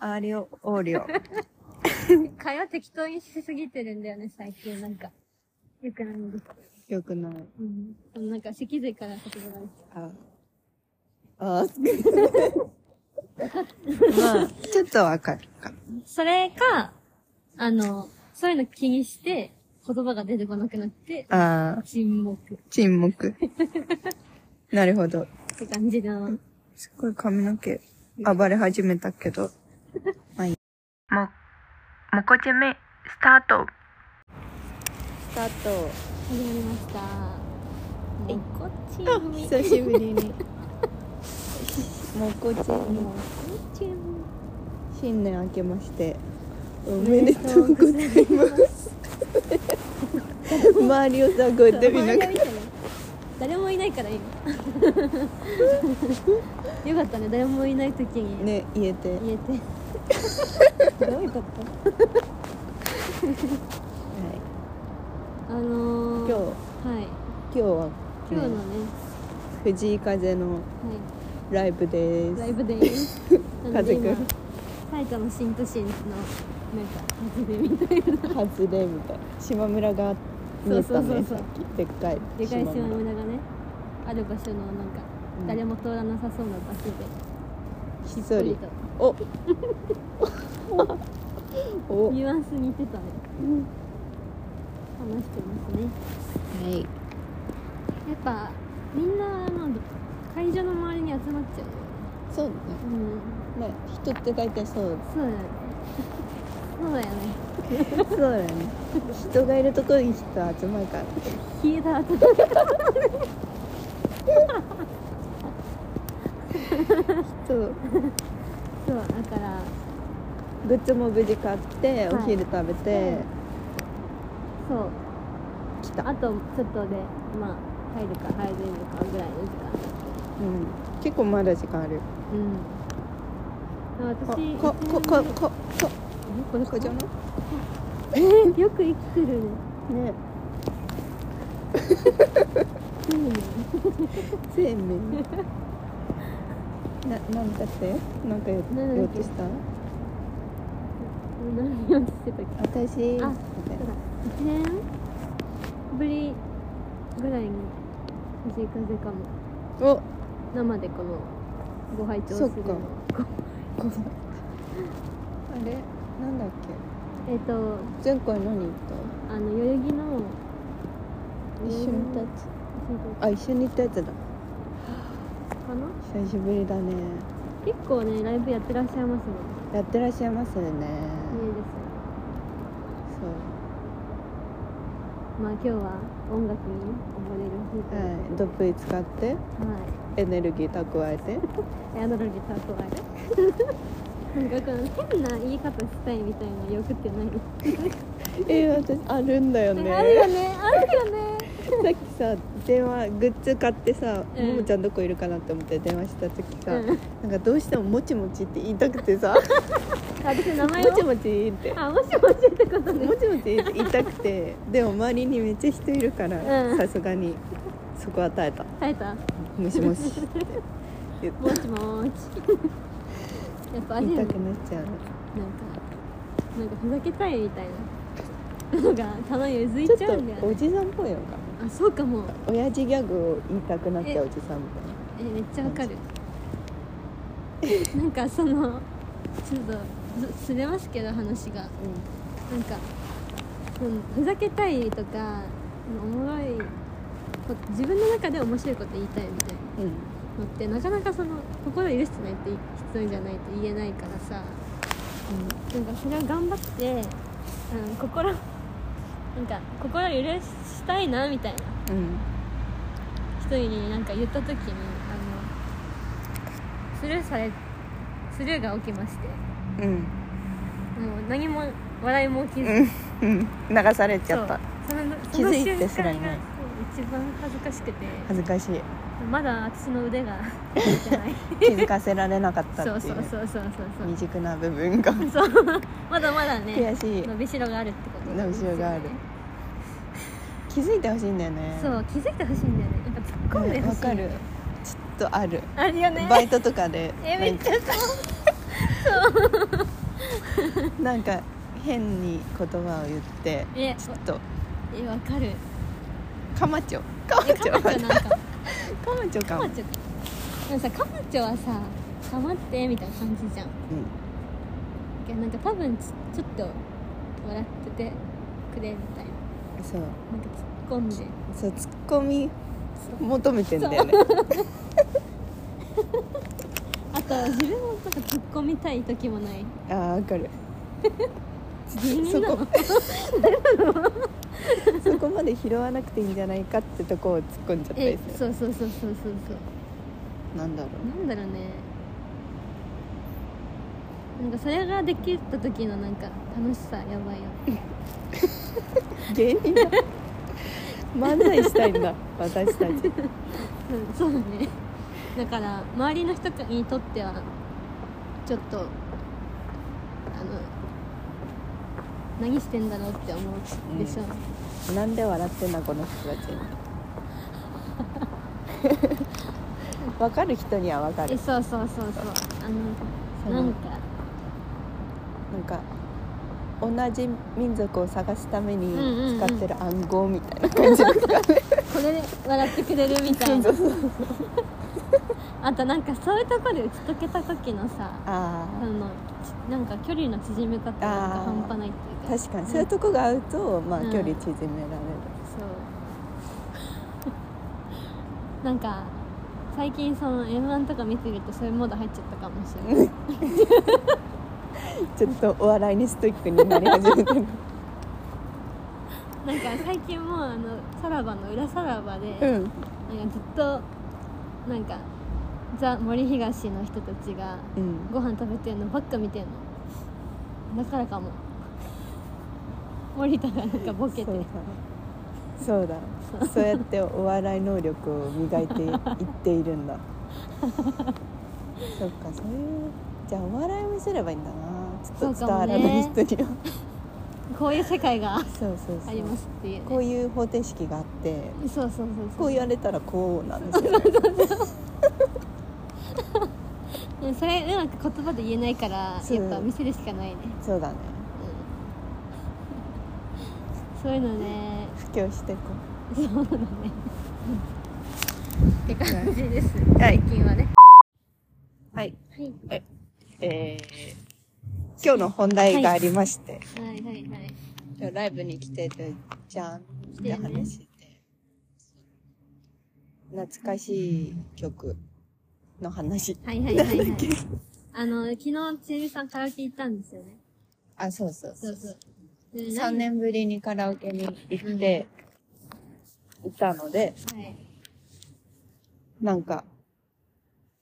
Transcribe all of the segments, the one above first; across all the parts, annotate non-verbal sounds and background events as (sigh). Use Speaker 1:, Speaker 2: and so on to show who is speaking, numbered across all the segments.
Speaker 1: アーリオ、オーリオ。
Speaker 2: 会話適当にしすぎてるんだよね、最近。なんか、よくないんですけど。
Speaker 1: よくない。
Speaker 2: うん。そのなんか、脊髄から言葉が
Speaker 1: あ、あ、 (laughs) まあ、ちょっとわかるかも。
Speaker 2: それか、あの、そういうの気にして、言葉が出てこなくなって、
Speaker 1: ああ、
Speaker 2: 沈黙っ
Speaker 1: 沈黙。なるほど。
Speaker 2: て感じの。
Speaker 1: すっごい髪の毛暴れ始めたけど。まあいい。
Speaker 3: も、もこちゃめ、スタート。
Speaker 1: スタート。
Speaker 2: 始まりました。
Speaker 1: い
Speaker 2: もこち
Speaker 1: あ
Speaker 2: み。
Speaker 1: 久しぶりに。 (laughs) もこ
Speaker 2: もこ
Speaker 1: ちも
Speaker 2: ちみ。
Speaker 1: 新年明けまして。おめでとうございます。周りをさ、こうやって見ながら。
Speaker 2: (laughs) 誰もいない (laughs) から今。よかったね、誰もいない時に
Speaker 1: ね、言えて。
Speaker 2: 言えて。 (laughs) どういうこと
Speaker 1: はい
Speaker 2: あのー、
Speaker 1: 今日、
Speaker 2: は
Speaker 1: 今
Speaker 2: い。
Speaker 1: 日は、ね、
Speaker 2: 今日のね、
Speaker 1: 藤井風のライブで
Speaker 2: はい、ライ。
Speaker 1: す
Speaker 2: ブ
Speaker 1: (laughs)
Speaker 2: です。なの
Speaker 1: 風
Speaker 2: で
Speaker 1: くん
Speaker 2: 今、埼玉新都心の、なんか、外れみたいな。
Speaker 1: 外れみたいな。島村が見えた
Speaker 2: そうそうそう
Speaker 1: ね、
Speaker 2: そう
Speaker 1: さっき。でっかい。
Speaker 2: でかい島村がね、ある場所の、なんか、
Speaker 1: うん
Speaker 2: 誰も通らなさそうな場所で、
Speaker 1: 一
Speaker 2: 一人
Speaker 1: 人。
Speaker 2: と。
Speaker 1: おおは
Speaker 2: ニュアンス似てたね。話してますね。
Speaker 1: い。
Speaker 2: やっぱ、みんな、あの、会場の周りに集まっちゃうよね。
Speaker 1: そうね。
Speaker 2: うん。
Speaker 1: まあ、人って大体そう。
Speaker 2: そうだよ
Speaker 1: (laughs)
Speaker 2: ね。そうだよね。
Speaker 1: そうだよね。人がいるところに人集まるから。
Speaker 2: 消えた後
Speaker 1: そう。
Speaker 2: そう、だから、
Speaker 1: グッズも無事買って、
Speaker 2: はい
Speaker 1: お昼食べて、
Speaker 2: そう。
Speaker 1: 来た。
Speaker 2: あとちょっとでまあ入るか入れるかぐらいの時間
Speaker 1: うん。結構まだ時間あるよ。
Speaker 2: うん
Speaker 1: こ
Speaker 2: 私、
Speaker 1: こ、こ、こ、こ、こ、
Speaker 2: こ
Speaker 1: こじゃない
Speaker 2: よく生きてるね
Speaker 1: ね。
Speaker 2: うん
Speaker 1: 生命な、なんだってなんかよ
Speaker 2: なん
Speaker 1: 言
Speaker 2: だっ
Speaker 1: おう
Speaker 2: け
Speaker 1: とした
Speaker 2: 何をしてたっけ
Speaker 1: 私、みたい
Speaker 2: あ1
Speaker 1: な
Speaker 2: 年ぶりぐらいに藤井風かも
Speaker 1: お
Speaker 2: 生でこのご拝聴す
Speaker 1: そっ
Speaker 2: る
Speaker 1: か
Speaker 2: の
Speaker 1: ごめんあれなんだっ
Speaker 2: えっ、と
Speaker 1: け前回何言っ
Speaker 2: あの代々木の
Speaker 1: た一緒に行ったやつ
Speaker 2: た
Speaker 1: あ、一緒に行ったやつだ
Speaker 2: かな
Speaker 1: 久しぶりだね
Speaker 2: 結構ねライブやってらっしゃいますもんね
Speaker 1: やってらっしゃいますよ
Speaker 2: い
Speaker 1: ね
Speaker 2: いですねまあ今日は音楽に溺れる日
Speaker 1: そう
Speaker 2: で、
Speaker 1: はい、どっぷり使って
Speaker 2: は
Speaker 1: エネルギー蓄えて
Speaker 2: い。エアドロギーとはあれ。なんかこの変な言い方したいみたいな欲ってない。
Speaker 1: え私あるんだよね
Speaker 2: あるよね、あるよね。
Speaker 1: さっきさ電話グッズ買ってさ、
Speaker 2: うん
Speaker 1: ももちゃんどこいるかなって思って電話した時さ、
Speaker 2: うん
Speaker 1: なんかどうしても「もちもち」って言いたくてさ
Speaker 2: あ私名
Speaker 1: 「も
Speaker 2: 前を
Speaker 1: ち。も
Speaker 2: (laughs)
Speaker 1: ち」って
Speaker 2: あ、もしもしってことね。
Speaker 1: もちもちって言いたくてでも周りにめっちゃ人いるから、
Speaker 2: うん
Speaker 1: さすがにそこは耐えた
Speaker 2: 耐えた。
Speaker 1: 「もしもし」って言っ
Speaker 2: もしもーし。やっぱ
Speaker 1: 言
Speaker 2: 味
Speaker 1: い
Speaker 2: な
Speaker 1: た
Speaker 2: んか
Speaker 1: くなっちゃう
Speaker 2: なんかふざけたいみたいなのがたまにうずい
Speaker 1: ちょ
Speaker 2: ちゃうんだ
Speaker 1: っ
Speaker 2: よ
Speaker 1: とお
Speaker 2: ね。
Speaker 1: じさんっぽいのか
Speaker 2: あ、そうかも。
Speaker 1: な親父ギャグを言いたくなっちゃうおじさんみ
Speaker 2: え
Speaker 1: たいな
Speaker 2: めっちゃわかるなんかそのちょっとずずれますけど話がなんか、うん、ふざけたいとかおもろいこと自分の中で面白いこと言いたいみたいな
Speaker 1: うんうん
Speaker 2: のってなかなかその心許してないとい必要じゃないと言えないからさなんかそれは頑張って、うん、心なんか心許したいなみたいな
Speaker 1: うん
Speaker 2: 人になんか言った時にあのスルーされスルーが起きまして
Speaker 1: うん
Speaker 2: もう何も笑いも起きず、
Speaker 1: うんうん流されち
Speaker 2: そ
Speaker 1: ゃ
Speaker 2: う
Speaker 1: った
Speaker 2: そのそ
Speaker 1: 気
Speaker 2: の
Speaker 1: づいて
Speaker 2: 瞬
Speaker 1: すら
Speaker 2: 間
Speaker 1: いな
Speaker 2: が
Speaker 1: い
Speaker 2: そう一番恥ずかしくて
Speaker 1: 恥ずかしい
Speaker 2: まだ私の腕が出て
Speaker 1: (laughs)
Speaker 2: ない
Speaker 1: 気づかせられなかったって
Speaker 2: (laughs)
Speaker 1: い
Speaker 2: そううそうそうそう
Speaker 1: 未熟な部分が
Speaker 2: そうそう (laughs) まだまだね
Speaker 1: 悔しい
Speaker 2: 伸びしろがあるってこと
Speaker 1: 伸びしろがある
Speaker 2: ですよね
Speaker 1: 気づいてほしいんだよね
Speaker 2: そう気づいてほしいんだよねなんか突っ込んで
Speaker 1: ね
Speaker 2: ほ
Speaker 1: わ
Speaker 2: しい
Speaker 1: かるちょっとある
Speaker 2: あるよね
Speaker 1: バイトとかで
Speaker 2: えめっちゃそう
Speaker 1: なんか変に言葉を言って
Speaker 2: え
Speaker 1: ちょっと
Speaker 2: えわかる
Speaker 1: カマチョカマ
Speaker 2: え
Speaker 1: チョ
Speaker 2: カマチョなんか
Speaker 1: カマチョ
Speaker 2: カ
Speaker 1: かも
Speaker 2: マ、チョかでもさカマチョはさ「かまって」みたいな感じじゃんけどなんか多分ちちょっと笑っててくれみたいな
Speaker 1: うん、そう
Speaker 2: なんか突っ込んで
Speaker 1: そうツッコミ求めてんだよね
Speaker 2: あと自分もなんか突っ込みたい時もない
Speaker 1: ああ分かる
Speaker 2: 微妙なの
Speaker 1: そこそこまで拾わなくていいんじゃないかってとこを突っ込んじゃった
Speaker 2: え
Speaker 1: りする
Speaker 2: そうそうそうそうそうそう
Speaker 1: なんだろ
Speaker 2: なんだろうねなんかそれができた時のなんか楽しさやばいよね
Speaker 1: う芸人だ漫才したいんだ私たち
Speaker 2: うんそうだねだから周りの人にとってはちょっとあの何してんだろうって思うでしょ、
Speaker 1: なんで笑ってんだこの人たちわかる人にはわか
Speaker 2: え
Speaker 1: る
Speaker 2: そうそうそうそうあ
Speaker 1: そ
Speaker 2: のな
Speaker 1: の
Speaker 2: んか
Speaker 1: なんか同じ民族を探すために使ってる暗号みたいな感じ、
Speaker 2: これで笑ってくれるみたいな (laughs)
Speaker 1: そうそうそう
Speaker 2: あとなんかそういうとこで打ち解けた時のさ
Speaker 1: あ
Speaker 2: あ
Speaker 1: あ
Speaker 2: のちなんか距離の縮め方が
Speaker 1: あー
Speaker 2: 半端ないっていうか
Speaker 1: 確かにそう
Speaker 2: うん
Speaker 1: いうとこが合うと、まあ
Speaker 2: うん
Speaker 1: 距離縮められる、
Speaker 2: そう (laughs) なんか最近その m 1とか見てるとそういうモード入っちゃったかもしれない
Speaker 1: ちょっとお笑いにストイックになり始めてる
Speaker 2: なんか最近もうあのさらばの裏さらばで、な
Speaker 1: うん
Speaker 2: んかずっとなんかザ・森東の人たちが
Speaker 1: うん
Speaker 2: ご飯食べてるのばっか見てるのだからかも森田がなんかボケて
Speaker 1: そうだそうだそうやってお笑い能力を磨いていっているん
Speaker 2: (laughs)
Speaker 1: だそっかそういうじゃあお笑いを見せればいいんだなちょっ
Speaker 2: そ
Speaker 1: と
Speaker 2: う
Speaker 1: 伝
Speaker 2: か
Speaker 1: わ
Speaker 2: も
Speaker 1: ら
Speaker 2: ね
Speaker 1: ない人には
Speaker 2: こういう世界が
Speaker 1: そうそうそう
Speaker 2: ありますっていう、ね、
Speaker 1: こういう方程式があって
Speaker 2: そうそうそう
Speaker 1: こう言われたらこうなんで
Speaker 2: (laughs)
Speaker 1: すよね
Speaker 2: でもそれうまく言葉で言えないから
Speaker 1: そう
Speaker 2: やっぱ見せるしかないね、
Speaker 1: そうだね
Speaker 2: うん、そういうの
Speaker 1: (laughs)
Speaker 2: ね
Speaker 1: 布教してこ
Speaker 2: そうなのねって感じです
Speaker 1: うはい
Speaker 2: 最近はね
Speaker 1: はい
Speaker 2: はい
Speaker 1: えー今日の本題がありまして、
Speaker 2: はいはいはい
Speaker 1: 今日ライブに来てるじゃんって話して、懐かしい曲の話。
Speaker 2: はいはいはいはいあの昨日ちえみさんカラオケ行ったんですよね
Speaker 1: あ、そうそうそう。
Speaker 2: そうで
Speaker 1: 3年ぶりにカラオケに行って、行ったので、
Speaker 2: 何はい
Speaker 1: なんか、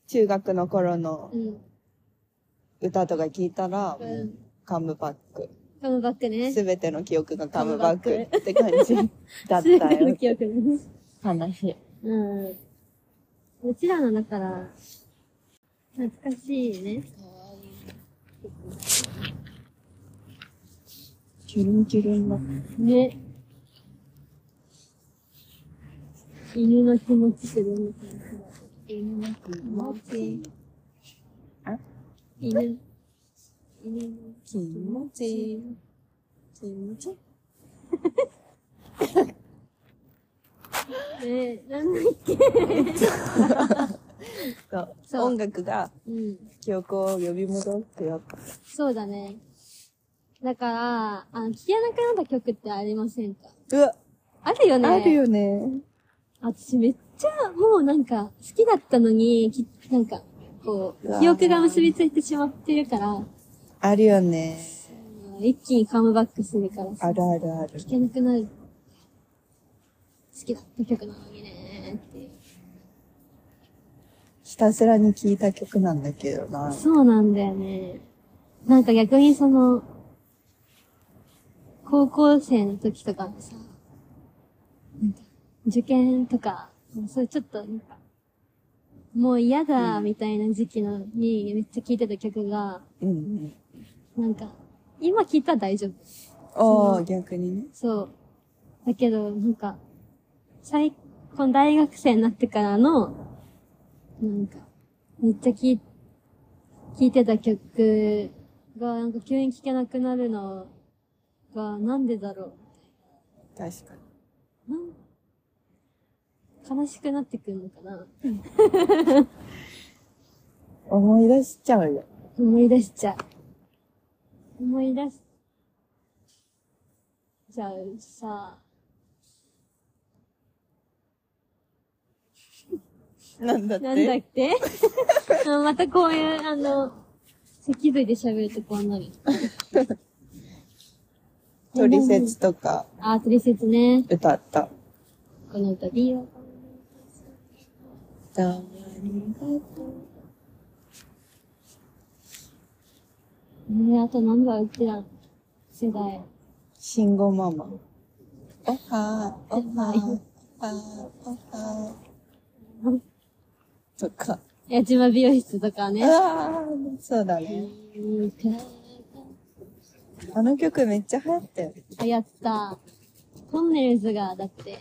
Speaker 1: 中学の頃の
Speaker 2: うん
Speaker 1: 歌とか聞いたら、
Speaker 2: うん
Speaker 1: もうカムバック。
Speaker 2: カムバックね
Speaker 1: すべての記憶がカムバックって感
Speaker 2: (laughs)
Speaker 1: じだった
Speaker 2: 全ての
Speaker 1: よ。
Speaker 2: 記憶です
Speaker 1: 話。
Speaker 2: うんうちらのだから懐かしいね
Speaker 1: キュルンキュルンの。
Speaker 2: ね。犬の気持ちするみたいな。犬の気持ち。
Speaker 1: あ
Speaker 2: 犬。犬の。
Speaker 1: 気持ちいい。気持ちいい。
Speaker 2: ねえ、なんだっけ。
Speaker 1: そう
Speaker 2: そう
Speaker 1: 音楽が
Speaker 2: うん。
Speaker 1: 記憶を呼び戻すよ。
Speaker 2: そうだね。だから、あの、聞けなくなった曲ってありませんか
Speaker 1: うわ、
Speaker 2: あるよね。
Speaker 1: ある。よね。
Speaker 2: 私めっちゃ、もうなんか、好きだったのに、きなんか、こ
Speaker 1: うわ
Speaker 2: う、記憶が結びついてしまってるから、
Speaker 1: あるよね。
Speaker 2: うん一気にカムバックするからさ
Speaker 1: あるあるある。
Speaker 2: 聞けなくなる好きだった曲なのにねっていう
Speaker 1: ひたすらに聴いた曲なんだけどな。
Speaker 2: そうなんだよねなんか逆にその高校生の時とかのさなんか受験とかそういうちょっとなんかもう嫌だみたいな時期のにめっちゃ聴いてた曲が
Speaker 1: うんうん。
Speaker 2: なんか今聴いたら大丈夫
Speaker 1: ああ、逆にね。
Speaker 2: そう。だけど、なんか、最、この大学生になってからの、なんか、めっちゃ聞い聴いてた曲がなんか急に聴けなくなるのがなんでだろ
Speaker 1: 確か
Speaker 2: う。
Speaker 1: に
Speaker 2: なん悲しくなってくるのかな
Speaker 1: 思い出しちゃうよ
Speaker 2: 思い出しちゃう。思い出しちゃうさ。
Speaker 1: なんだって
Speaker 2: なんだっ
Speaker 1: (laughs)
Speaker 2: けあまたこういう、あの、脊髄で喋るとこうなる。
Speaker 1: トリセツとか
Speaker 2: あー、トリセツね。
Speaker 1: 歌った
Speaker 2: この歌、ビオ。
Speaker 1: どうもありがとう
Speaker 2: ねあとなんだ、うちら、世代。
Speaker 1: 慎吾ママおはーおはーおはーおはーとか
Speaker 2: 八島美容室とかね。
Speaker 1: ああそうだねあの曲めっちゃ流行ったよ
Speaker 2: あ、やった。トンネルズが、だって、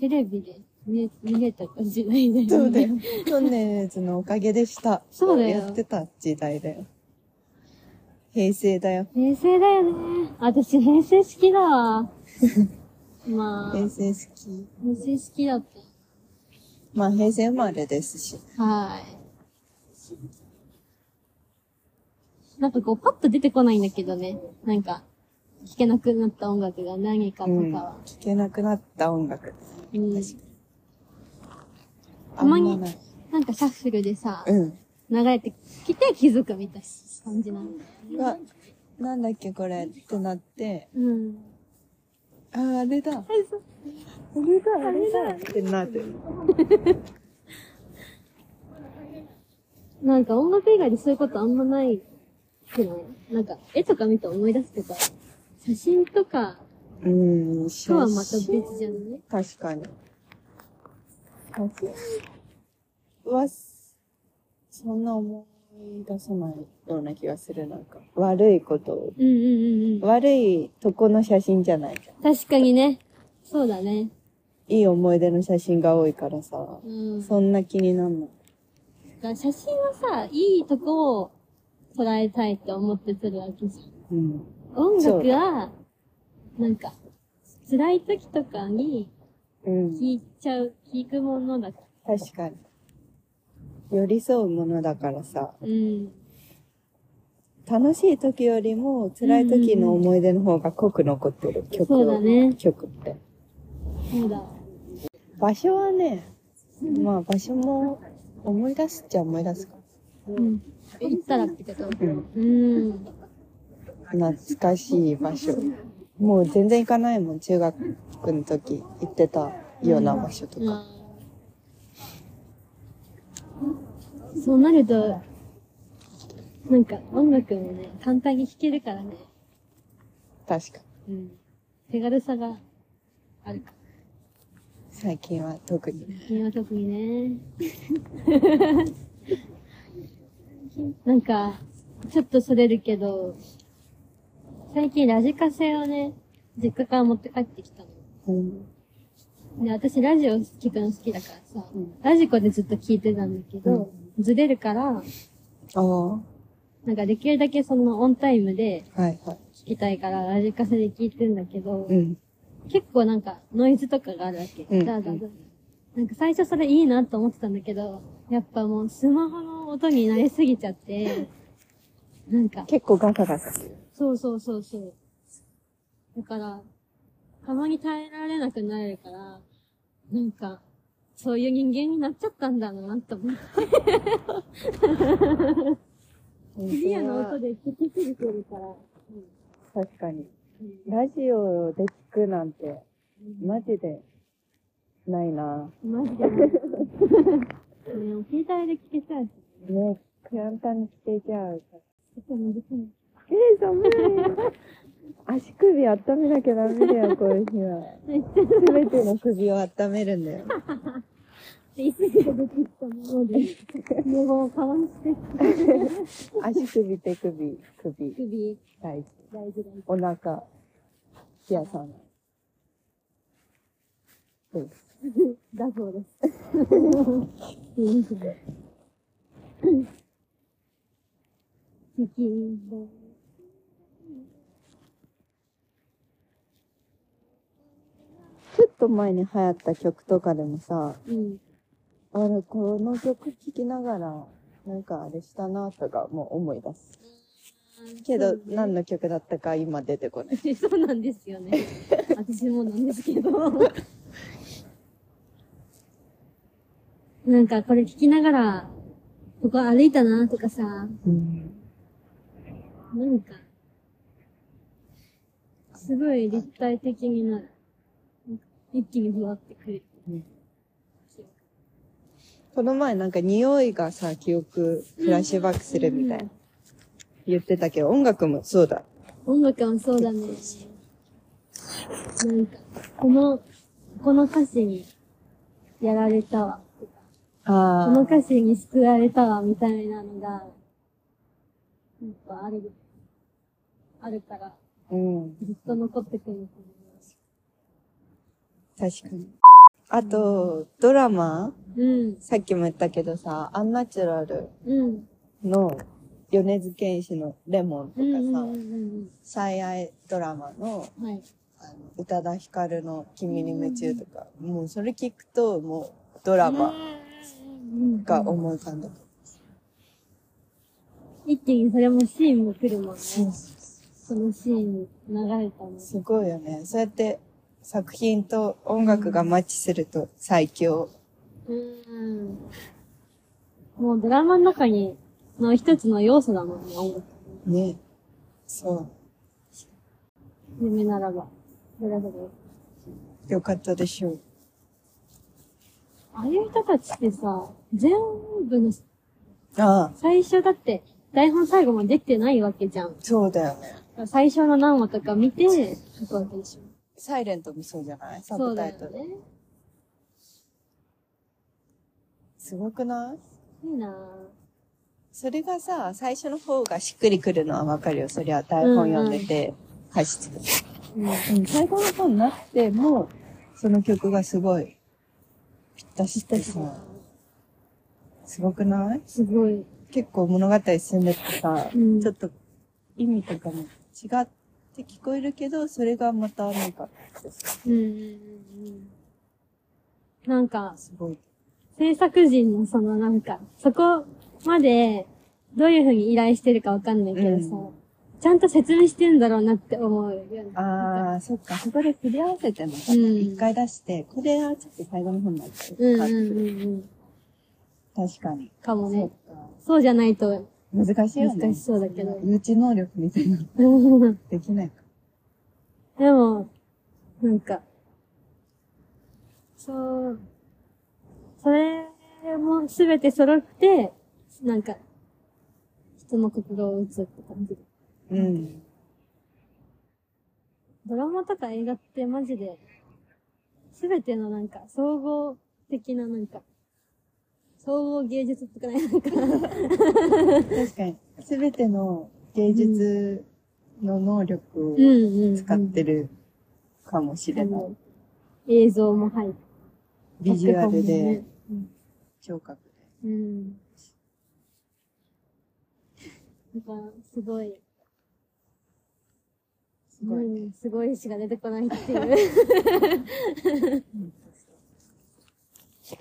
Speaker 2: テレビで見れ見れた時代だよね。
Speaker 1: そう
Speaker 2: (laughs)
Speaker 1: だよ。去年ズのおかげでした。
Speaker 2: そうだよ
Speaker 1: やってた時代だよ。平成だよ。
Speaker 2: 平成だよね。私、平成好きだ
Speaker 1: (laughs)
Speaker 2: わ。まあ、
Speaker 1: 平成好き。
Speaker 2: 平成好きだった。
Speaker 1: まあ平成生まれですし。
Speaker 2: はい。なんかこう、パッと出てこないんだけどね。なんか、聴けなくなった音楽が何かとか
Speaker 1: うん。
Speaker 2: は。
Speaker 1: 聴けなくなった音楽。
Speaker 2: うん。
Speaker 1: あんま
Speaker 2: たま
Speaker 1: ない
Speaker 2: に。なんかシャッフルでさ、
Speaker 1: うん。
Speaker 2: 流れてきて気づくみたいな感じなんだよね。
Speaker 1: が、なんだっけこれってなって、
Speaker 2: うん。
Speaker 1: あー、あれだ。あれだ、あれだ。ってなってる。
Speaker 2: なんか音楽以外でそういうことあんまないくないなんか、絵とか見て思い出すとか、写真とか
Speaker 1: うん、
Speaker 2: とはまた
Speaker 1: 写真
Speaker 2: 別じゃない
Speaker 1: 確かに。確かに。うわ、そんな思い出さないような気がする、なんか。悪いことを。
Speaker 2: うんうんうんうん。
Speaker 1: 悪いとこの写真じゃないじゃん。
Speaker 2: 確かにね。そうだね。
Speaker 1: いい思い出の写真が多いからさ。
Speaker 2: うん。
Speaker 1: そんな気になんない。
Speaker 2: だ写真はさ、いいとこを捉えたいって思って撮るわけじ
Speaker 1: うん。
Speaker 2: ゃん。音楽は、なんか、辛い時とかに
Speaker 1: うん。
Speaker 2: 聴いちゃう、聴くものだか
Speaker 1: 確かに。寄り添うものだからさ。
Speaker 2: ら。うん。
Speaker 1: 楽しい時よりも辛い時の思い出の方が濃く残ってる曲を
Speaker 2: そうだね
Speaker 1: 曲って。
Speaker 2: そうだ。
Speaker 1: 場所はね、まあ場所も思い出すっちゃ思い出すか。
Speaker 2: うん。行ったらってこと
Speaker 1: うん。
Speaker 2: うん。
Speaker 1: 懐かしい場所。もう全然行かないもん。中学の時行ってたような場所とか。
Speaker 2: うんそうなると、なんか音楽もね、簡単に弾けるからね、
Speaker 1: 確か。
Speaker 2: うん、手軽さがあるか。
Speaker 1: 最近は特に。
Speaker 2: 今特にね。 (laughs) なんか、ちょっとそれるけど、最近ラジカセをね、実家から持って帰ってきたの。
Speaker 1: うん。
Speaker 2: で、私ラジオ聞くの好きだからさ、
Speaker 1: うん
Speaker 2: ラジコでずっと聞いてたんだけど、ずれるから、
Speaker 1: ああ、は
Speaker 2: なんかできるだけそのオンタイムで
Speaker 1: いはい。
Speaker 2: 聞きたいからラジカセで聞いてんだけど、
Speaker 1: うん。
Speaker 2: 結構なんかノイズとかがあるわけ。
Speaker 1: うん
Speaker 2: ダーダーダーなんか最初それいいなと思ってたんだけど、やっぱもうスマホの音に慣れすぎちゃって、なんか、
Speaker 1: 結構ガサガサする。
Speaker 2: そうそうそうそう。だから、たまに耐えられなくなるから、なんか、そういう人間になっちゃったんだなと思って、クリアの音で聞きすぎてるから、
Speaker 1: 確かに。ラジオで聞くなんて、マジで、ないな。
Speaker 2: マ
Speaker 1: (laughs)
Speaker 2: ジで。ね、携帯で聞けちゃうし、
Speaker 1: ね、簡単に聞いちゃう。
Speaker 2: ちょっと難しい。
Speaker 1: えー、寒い。足首温めなきゃダメだよ、こういう日は。
Speaker 2: めっちゃ
Speaker 1: すべての首を温めるんだよ。
Speaker 2: 急いで出てきたもので、寝坊をかわして、
Speaker 1: 足首、手首、首、
Speaker 2: 首、
Speaker 1: 大事。
Speaker 2: 大事だよ。
Speaker 1: お腹、冷やさない。そうです。
Speaker 2: だそうです。いいですねチキンだ。
Speaker 1: ちょっと前に流行った曲とかでもさ
Speaker 2: うん。
Speaker 1: あれこの曲聴きながらなんかあれしたなとかもう思い出すけど、何の曲だったか今出てこない
Speaker 2: そうなんですよね。私もなんですけど。なんかこれ聞きながら、ここ歩いたなとかさ、な
Speaker 1: うん
Speaker 2: んか、すごい立体的になる。なんか一気にふわってくる。
Speaker 1: この前なんか匂いがさ記憶フラッシュバックするみたいな、
Speaker 2: うん
Speaker 1: 言ってたけど音楽もそうだ
Speaker 2: 音楽もそうだね。なんか、この、この歌詞にやられたわ。
Speaker 1: あ
Speaker 2: この歌詞に救われたわ、みたいなのが、やっぱある、あるから、
Speaker 1: うん
Speaker 2: ずっと残ってくると思います。
Speaker 1: 確かにあとドラマ
Speaker 2: うん、
Speaker 1: さっきも言ったけどさアンナチュラル
Speaker 2: うん、
Speaker 1: の米津玄師の「レモン」と
Speaker 2: う
Speaker 1: か
Speaker 2: ん、うん、
Speaker 1: さ、
Speaker 2: うん、
Speaker 1: 最愛ドラマの
Speaker 2: うん、はい。
Speaker 1: あの宇多田ヒカルの「君に夢中」とか、もうそれ聞くともうドラマ
Speaker 2: うん
Speaker 1: が思い浮かんだ、
Speaker 2: 一気にそれもシーンも来るもんね。そのシーン流れたの。
Speaker 1: すごいよねそうやって作品と音楽がマッチすると最強
Speaker 2: うん。もうドラマの中に、の一つの要素だもんね、音楽。
Speaker 1: ねそ
Speaker 2: 夢ならば。ドラマで。
Speaker 1: うよかったでしょう
Speaker 2: ああいう人たちってさ、全部の
Speaker 1: ああ
Speaker 2: 最初だって、台本最後までできてないわけじゃん。
Speaker 1: そうだよね
Speaker 2: 最初の何話とか見て、書くわけでしょ。
Speaker 1: 「サイレントもそうじゃないサ
Speaker 2: そ
Speaker 1: ブ
Speaker 2: う
Speaker 1: タ
Speaker 2: だ
Speaker 1: イト
Speaker 2: よ
Speaker 1: ル、
Speaker 2: ね。
Speaker 1: すごくない
Speaker 2: いいなぁ。
Speaker 1: それがさ最初の方がしっくりくるのはわかるよそりゃ台本読んでて歌詞作って
Speaker 2: うん。
Speaker 1: うん最後の方になってもその曲がすごいぴったしってさすごくない
Speaker 2: すごい。
Speaker 1: 結構物語進んでってさ、
Speaker 2: うん
Speaker 1: ちょっと意味とかも違って聞こえるけどそれがまたなんか
Speaker 2: うんうんうんうん。なんか、
Speaker 1: すごい
Speaker 2: 制作陣のそのなんか、そこまで、どういうふうに依頼してるかわかんないけどさ、
Speaker 1: うん
Speaker 2: ちゃんと説明してんだろうなって思うよね。
Speaker 1: ああそっかそこで振り合わせてんのかな
Speaker 2: うん
Speaker 1: 一、回出してこれはちょっと最後の方になって
Speaker 2: う
Speaker 1: る
Speaker 2: んう
Speaker 1: 感
Speaker 2: ん
Speaker 1: じ、
Speaker 2: うんうん。
Speaker 1: 確かに
Speaker 2: かも
Speaker 1: そ
Speaker 2: ね
Speaker 1: っ。か
Speaker 2: そうじゃないと
Speaker 1: 難しいよね
Speaker 2: 難しそうだけど。
Speaker 1: 誘致能力みたいなの
Speaker 2: うん
Speaker 1: できないか
Speaker 2: でも、なんか、そう、それもすべて揃って、なんか、人の心を打つって感じ。
Speaker 1: うん
Speaker 2: ドラマとか映画ってマジで、すべてのなんか、総合的ななんか、総合芸術ってないなんか、
Speaker 1: 確かに全ての芸術の能力を
Speaker 2: んう
Speaker 1: 使ってるかもしれ
Speaker 2: あ
Speaker 1: ない、
Speaker 2: の映像も入って。
Speaker 1: ビジュア
Speaker 2: 脚本
Speaker 1: ル
Speaker 2: もね
Speaker 1: で。聴覚
Speaker 2: う
Speaker 1: で
Speaker 2: ん。なんか、すごい。
Speaker 1: すごいね
Speaker 2: うん、すごいしか出てこないっていう。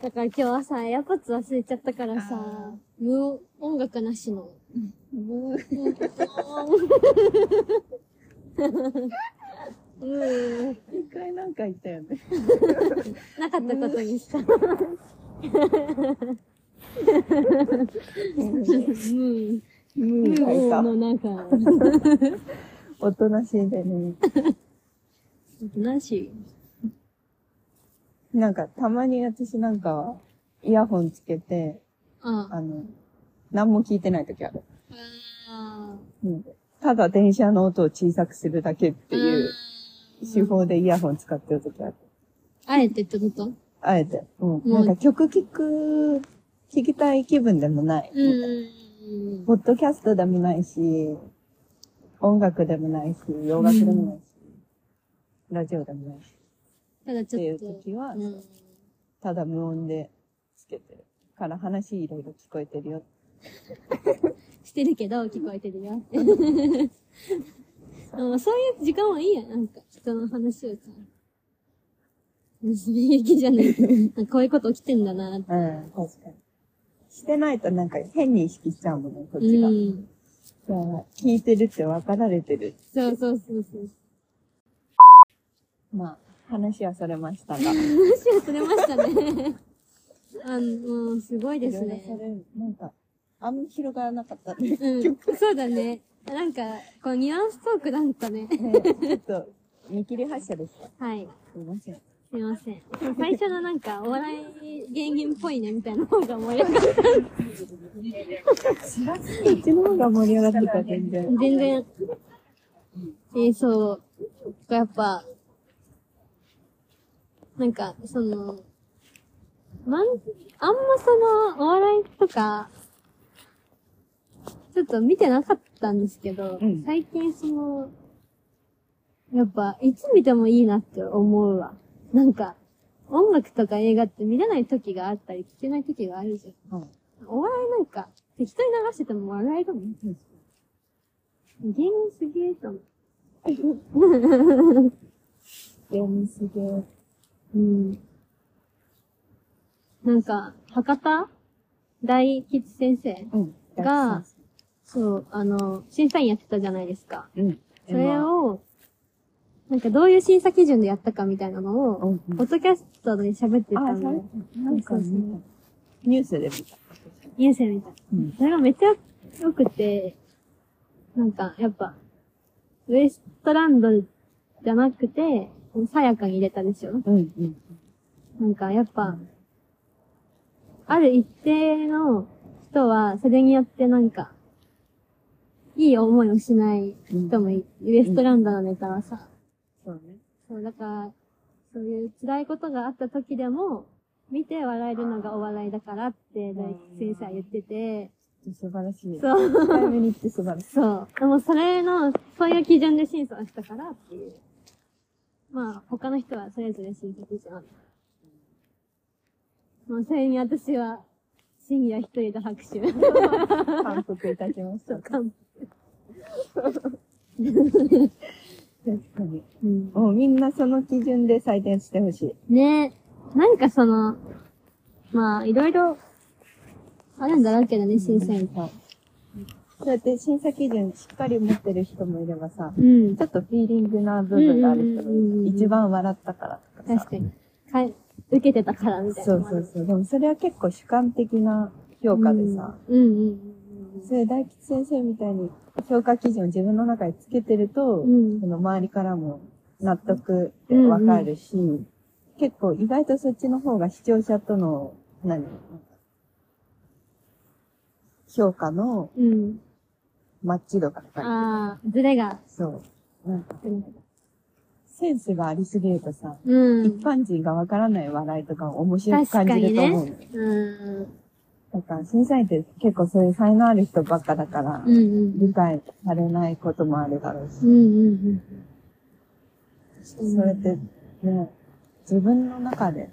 Speaker 2: だから今日朝、エアポッツ忘れちゃったからさ
Speaker 1: あ、
Speaker 2: 無音楽なしの。
Speaker 1: うー
Speaker 2: うん。
Speaker 1: 一回なんか言ったよね (laughs)
Speaker 2: なかったことにした。うん。
Speaker 1: うん書いた
Speaker 2: のなんか、
Speaker 1: おとなしいでね
Speaker 2: なし。
Speaker 1: なんかたまに私なんかイヤホンつけて
Speaker 2: あ
Speaker 1: あの何も聞いてない時ある、
Speaker 2: あ。
Speaker 1: うん、ただ電車の音を小さくするだけっていう手法でイヤホン使ってる時ある
Speaker 2: あえてってこと
Speaker 1: あえて、うん、
Speaker 2: ん
Speaker 1: なんか曲聴く聞きたい気分でもない、
Speaker 2: うん。
Speaker 1: ポッドキャストでもないし、音楽でもないし、洋楽でもないし、ラジオでもないし、
Speaker 2: ただちょっと。
Speaker 1: っていう時は
Speaker 2: うん
Speaker 1: ただ無音でつけてる。から話いろいろ聞こえてるよっ
Speaker 2: してるけど、聞こえてるよって。もうそういう時間はいいやん。なんか、人の話をさ。盗み聞きじゃないけど、こういうこと起きてんだなって。
Speaker 1: うん、確かに。してないとなんか変に意識しちゃうもんね、こ
Speaker 2: う
Speaker 1: っちが。
Speaker 2: ん。
Speaker 1: じゃあ、聞いてるって分かられてる。
Speaker 2: そう (laughs) そうそうそう。
Speaker 1: まあ、話はそれましたが。
Speaker 2: 話をそれましたね。あの、もうすごいです
Speaker 1: いろいろそ
Speaker 2: ね。
Speaker 1: れ、なんか、あんま広がらなかったね。
Speaker 2: うん。そうだね。なんか、こうニュアンストークだったね。
Speaker 1: ねちょっと、見切り発車でした。
Speaker 2: はい。
Speaker 1: すいません。
Speaker 2: すいません。最初のなんか、お笑い芸人っぽいねみたいな方が盛り上がっ
Speaker 1: こっちの方が盛り上がってた、全然。
Speaker 2: 全然。えー、そう。やっぱ、なんか、その、まん、あんまその、お笑いとか、ちょっと見てなかったんですけど、
Speaker 1: うん
Speaker 2: 最近その、やっぱ、いつ見てもいいなって思うわ。なんか、音楽とか映画って見れない時があったり、聞けない時があるじゃん。
Speaker 1: はい。
Speaker 2: お笑いなんか、適当に流してても笑えるもん。芸人すげえと思う。
Speaker 1: ゲームすげー。
Speaker 2: うん。なんか、博多大吉先生
Speaker 1: うん。
Speaker 2: が、そう、あの、審査員やってたじゃないですか。
Speaker 1: うん。
Speaker 2: それ、を、なんかどういう審査基準でやったかみたいなの
Speaker 1: う
Speaker 2: を、
Speaker 1: ん。
Speaker 2: ポッドキャストで喋ってた
Speaker 1: あ、
Speaker 2: の。
Speaker 1: なんかね、ニュースで見た。
Speaker 2: ニュースみたい。
Speaker 1: うん。
Speaker 2: それがめっちゃ良くて、なんか、やっぱ、ウエストランドじゃなくて、さやかに入れたでしょ。
Speaker 1: うん。うん。
Speaker 2: なんか、やっぱ、ある一定の人は、それによってなんか、いい思いをしない人もい、ウエストランドのネタはさ、
Speaker 1: そうね。
Speaker 2: そう、だから、そういう辛いことがあった時でも、見て笑えるのがお笑いだからって、大吉先生は言ってて、
Speaker 1: 素晴らしい。
Speaker 2: そう。
Speaker 1: 早めに行って素晴らしい。
Speaker 2: そう。でもそれの、そういう基準で審査をしたからっていう。まあ、他の人はそれぞれ審査基準ある。まあ、それに私は、深夜一人で拍手。
Speaker 1: 監督いたしました。
Speaker 2: 感
Speaker 1: 確かに。
Speaker 2: うん
Speaker 1: もうみんなその基準で採点してほしい。
Speaker 2: ねえ。なんかその、まあ、いろいろ、あるんだろうけどね、審査員と。
Speaker 1: そうやって審査基準しっかり持ってる人もいればさ、
Speaker 2: うん。
Speaker 1: ちょっとフィーリングな部分がある人
Speaker 2: うんうんうんうん
Speaker 1: もいる。一番笑ったからとかさ。
Speaker 2: 確かに。か受けてたからみたいな
Speaker 1: そ
Speaker 2: の
Speaker 1: う
Speaker 2: もあ
Speaker 1: そ
Speaker 2: る。
Speaker 1: うそう。でもそれは結構主観的な評価でさ、
Speaker 2: うん。うん
Speaker 1: それ大吉先生みたいに評価基準を自分の中につけてると、
Speaker 2: うん
Speaker 1: その周りからも納得ってわかるし、結構意外とそっちの方が視聴者との、何評価の
Speaker 2: うんうん。うん。
Speaker 1: マッチ度が高い。
Speaker 2: ああ、ズレが。
Speaker 1: そう。なんか、センスがありすぎるとさ、
Speaker 2: うん。
Speaker 1: 一般人がわからない笑いとかを面白く感じると思うのよ。
Speaker 2: うん。
Speaker 1: だから審査員って結構そういう才能ある人ばっかだから、
Speaker 2: うんうん。
Speaker 1: 理解されないこともあるだろうし、
Speaker 2: うんうんうん。
Speaker 1: それってね、自分の中で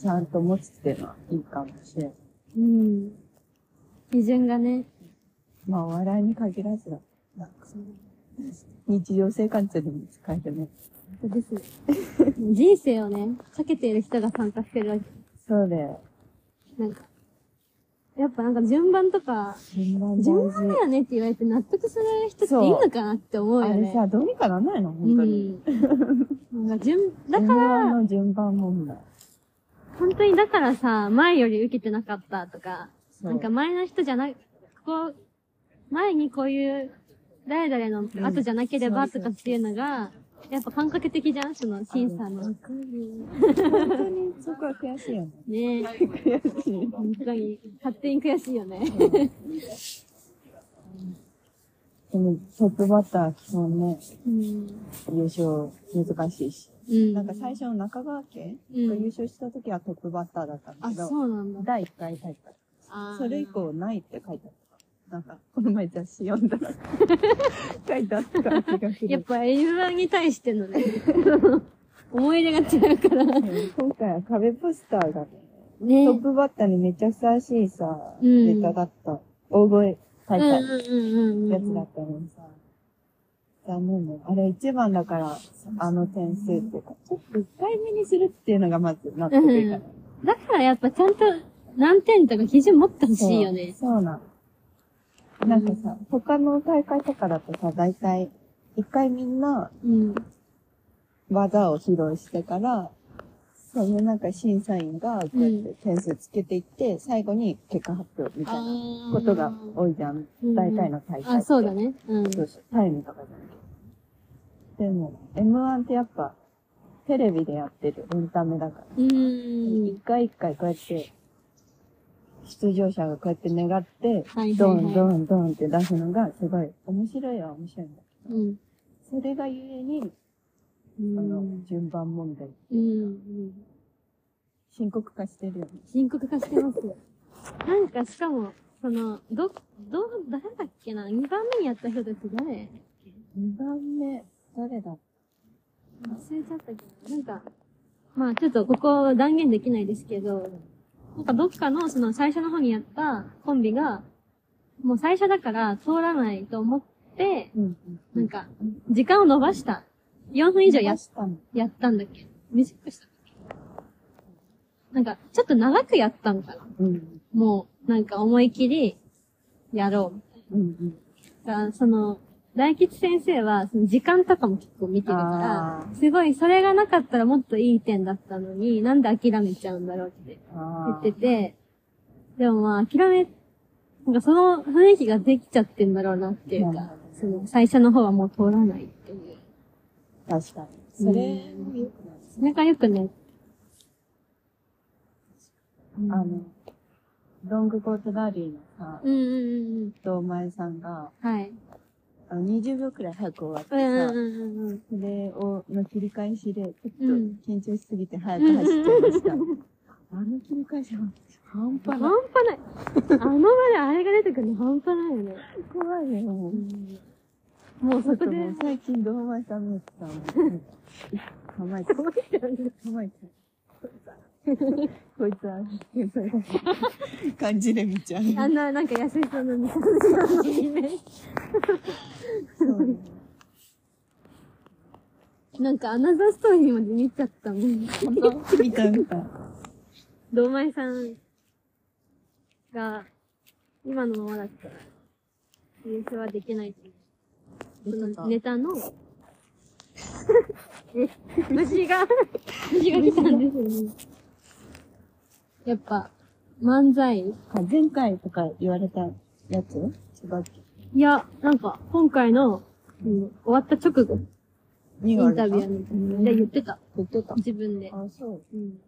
Speaker 1: ちゃんと持つっていうのはいいかもしれない。
Speaker 2: うん。基準がね。
Speaker 1: まあお笑いに限らずだ。なんか日常生活にも使えてね。
Speaker 2: そうですね。人生をね、かけている人が参加してるわけ。
Speaker 1: そうだよ。
Speaker 2: なんか。やっぱなんか順番とか、
Speaker 1: 順番大事。
Speaker 2: 順番だよねって言われて納得する人っているのかなって思うよ
Speaker 1: あれ
Speaker 2: ね。
Speaker 1: さ、どうにかならないの本当に。
Speaker 2: うん。なんか順、だか
Speaker 1: M1
Speaker 2: ら、
Speaker 1: の順番問題。
Speaker 2: 本当にだからさ、前より受けてなかったとか、
Speaker 1: そう
Speaker 2: なんか前の人じゃない、ここ、前にこういう、誰々の後じゃなければとかっていうのが、やっぱ感覚的じゃんその審査の。
Speaker 1: わ
Speaker 2: ね
Speaker 1: かる本当にそこは悔しいよね。
Speaker 2: え。本当に、勝手に悔しいよね。
Speaker 1: でもトップバッター基本ね、
Speaker 2: うん。
Speaker 1: 優勝難しいし。
Speaker 2: うん。
Speaker 1: なんか最初の中川家が
Speaker 2: うん
Speaker 1: 優勝した時はトップバッターだったんだ
Speaker 2: あ、
Speaker 1: けど、
Speaker 2: そうなんだ。
Speaker 1: 第1回大会。
Speaker 2: あー
Speaker 1: それ以。降ないって書いてあった。なんか、この前雑誌読んだら、書いてあった感じがす
Speaker 2: やっ
Speaker 1: る。
Speaker 2: ぱ M1 に対しての
Speaker 1: (laughs)
Speaker 2: ね、思い入れが違うから。
Speaker 1: 今回は壁ポスターがね、
Speaker 2: ね
Speaker 1: トップバッターにめっちゃふさわしいさ、
Speaker 2: うん
Speaker 1: ネタだった大声大会
Speaker 2: うんうんうんうん
Speaker 1: やつだったのにさ。残念ね。あれ一番だから、あの点数っていうか、ちょっと一回目にするっていうのがまず納得いかない。
Speaker 2: だからやっぱちゃんと何点とか基準持ってほしいよね。
Speaker 1: そうそうなん。なんかさ、他の大会とかだとさ、大体、一回みんな
Speaker 2: うん。
Speaker 1: 技を披露してから、そのなんか審査員がこうやって点数つけていって、最後に結果発表みたいな
Speaker 2: あ
Speaker 1: ことが多いじゃん。
Speaker 2: うん
Speaker 1: 大体の大会って。
Speaker 2: あ、そうだね。うん。
Speaker 1: そうそう。タイムとかじゃなくて。でも、M1 ってやっぱ、テレビでやってるエンタメだから。
Speaker 2: う
Speaker 1: 一、
Speaker 2: ん。
Speaker 1: 回一回こうやって、出場者がこうやって願って、
Speaker 2: はいはいはい
Speaker 1: ドンドンドンって出すのがすごい面白いは面白いんだけど、
Speaker 2: うん。
Speaker 1: それがゆえに、
Speaker 2: う
Speaker 1: あの
Speaker 2: ん。、
Speaker 1: 順番問題、
Speaker 2: うん。
Speaker 1: 深刻化してるよね。
Speaker 2: 深刻化してます。なんかしかも、その、ど、ど、誰だっけな ?2 番目にやった人たち誰
Speaker 1: 二番目、誰だ
Speaker 2: 忘れちゃったけど、なんか、まあちょっとここは断言できないですけど、なんかどっかのその最初の方にやったコンビが、もう最初だから通らないと思って、
Speaker 1: うん。
Speaker 2: なんか、時間を延ばした。4分以上や
Speaker 1: 出、したの。
Speaker 2: やったんだっけ短くしたんだっけなんか、ちょっと長くやったんかな
Speaker 1: うん。
Speaker 2: もう、なんか思い切り、やろう。
Speaker 1: うん。
Speaker 2: だからその、大吉先生は、その時間とかも結構見てるから、
Speaker 1: あ
Speaker 2: すごい、それがなかったらもっといい点だったのに、なんで諦めちゃうんだろうって言
Speaker 1: あ
Speaker 2: っ
Speaker 1: あ
Speaker 2: て。て、でもまあ、諦め、なんかその雰囲気ができちゃってんだろうなっていう
Speaker 1: なる
Speaker 2: か
Speaker 1: ほどね、
Speaker 2: その、最初の方はもう通らないっていう。
Speaker 1: 確かに。それも良くないですね
Speaker 2: それがよくね、うん
Speaker 1: あの、ロングコートダディのさ、
Speaker 2: うんうんうんうん。
Speaker 1: 堂前さんが、
Speaker 2: はい。
Speaker 1: あの20秒くらい早く終わって
Speaker 2: うんうん
Speaker 1: さ、
Speaker 2: うんうん。
Speaker 1: それを、の切り返しで、ちょっと
Speaker 2: うん
Speaker 1: 緊張しすぎて早く走っちゃいま
Speaker 2: (laughs)
Speaker 1: した。あの切り返しは半
Speaker 2: 半
Speaker 1: 端ない。
Speaker 2: 端ない。あの場であれが出てくるの半端ないよね。
Speaker 1: 怖いよ、もう。
Speaker 2: もう
Speaker 1: ちょ
Speaker 2: そ
Speaker 1: っ
Speaker 2: ことで。
Speaker 1: もう最近堂前さんのさ、もう構えて、
Speaker 2: 覚えてるんだ
Speaker 1: 構えて。こいつは、そういう感じで見ちゃう。
Speaker 2: あんな、なんか安いそうな見た目のイメージ
Speaker 1: そうね
Speaker 2: なんかアナザーストーリーまで見ちゃったもん。
Speaker 1: 見た見た。
Speaker 2: 堂前さんが、今のままだったら、優勝はできないと思う。このネタの、え虫が、虫が来たんですよね。やっぱ、漫才
Speaker 1: あ、前回とか言われたやつ違うっけ
Speaker 2: いや、なんか、今回の、うん終わった直後、イ
Speaker 1: イ
Speaker 2: ンタビュー
Speaker 1: に
Speaker 2: ので言ってた。
Speaker 1: 言ってた。
Speaker 2: 自分で。
Speaker 1: あ、そう。
Speaker 2: うん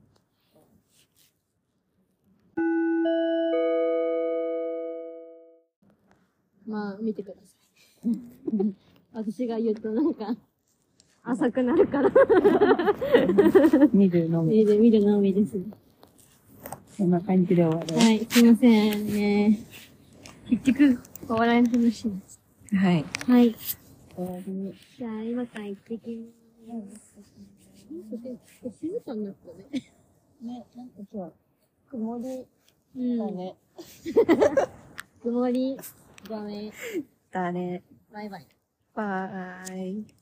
Speaker 2: まあ、見てください。私が言うとなんか、浅くなるから。
Speaker 1: 見るのも、
Speaker 2: 見る、見るのみですね。
Speaker 1: そんな感じで終わる。
Speaker 2: はい、すいませんね。結局、お笑いの話です。
Speaker 1: はい。
Speaker 2: はい。
Speaker 1: 終わり。
Speaker 2: じゃあ、今から行ってきます。静かになったね。
Speaker 1: ね、なんか今日、曇りだ
Speaker 2: うん。
Speaker 1: ね。
Speaker 2: 曇り。ダメ。
Speaker 1: だね。
Speaker 2: バイバイ。
Speaker 1: バーイ。